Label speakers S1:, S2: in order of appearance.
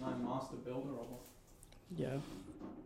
S1: cost to build are almost
S2: Yeah,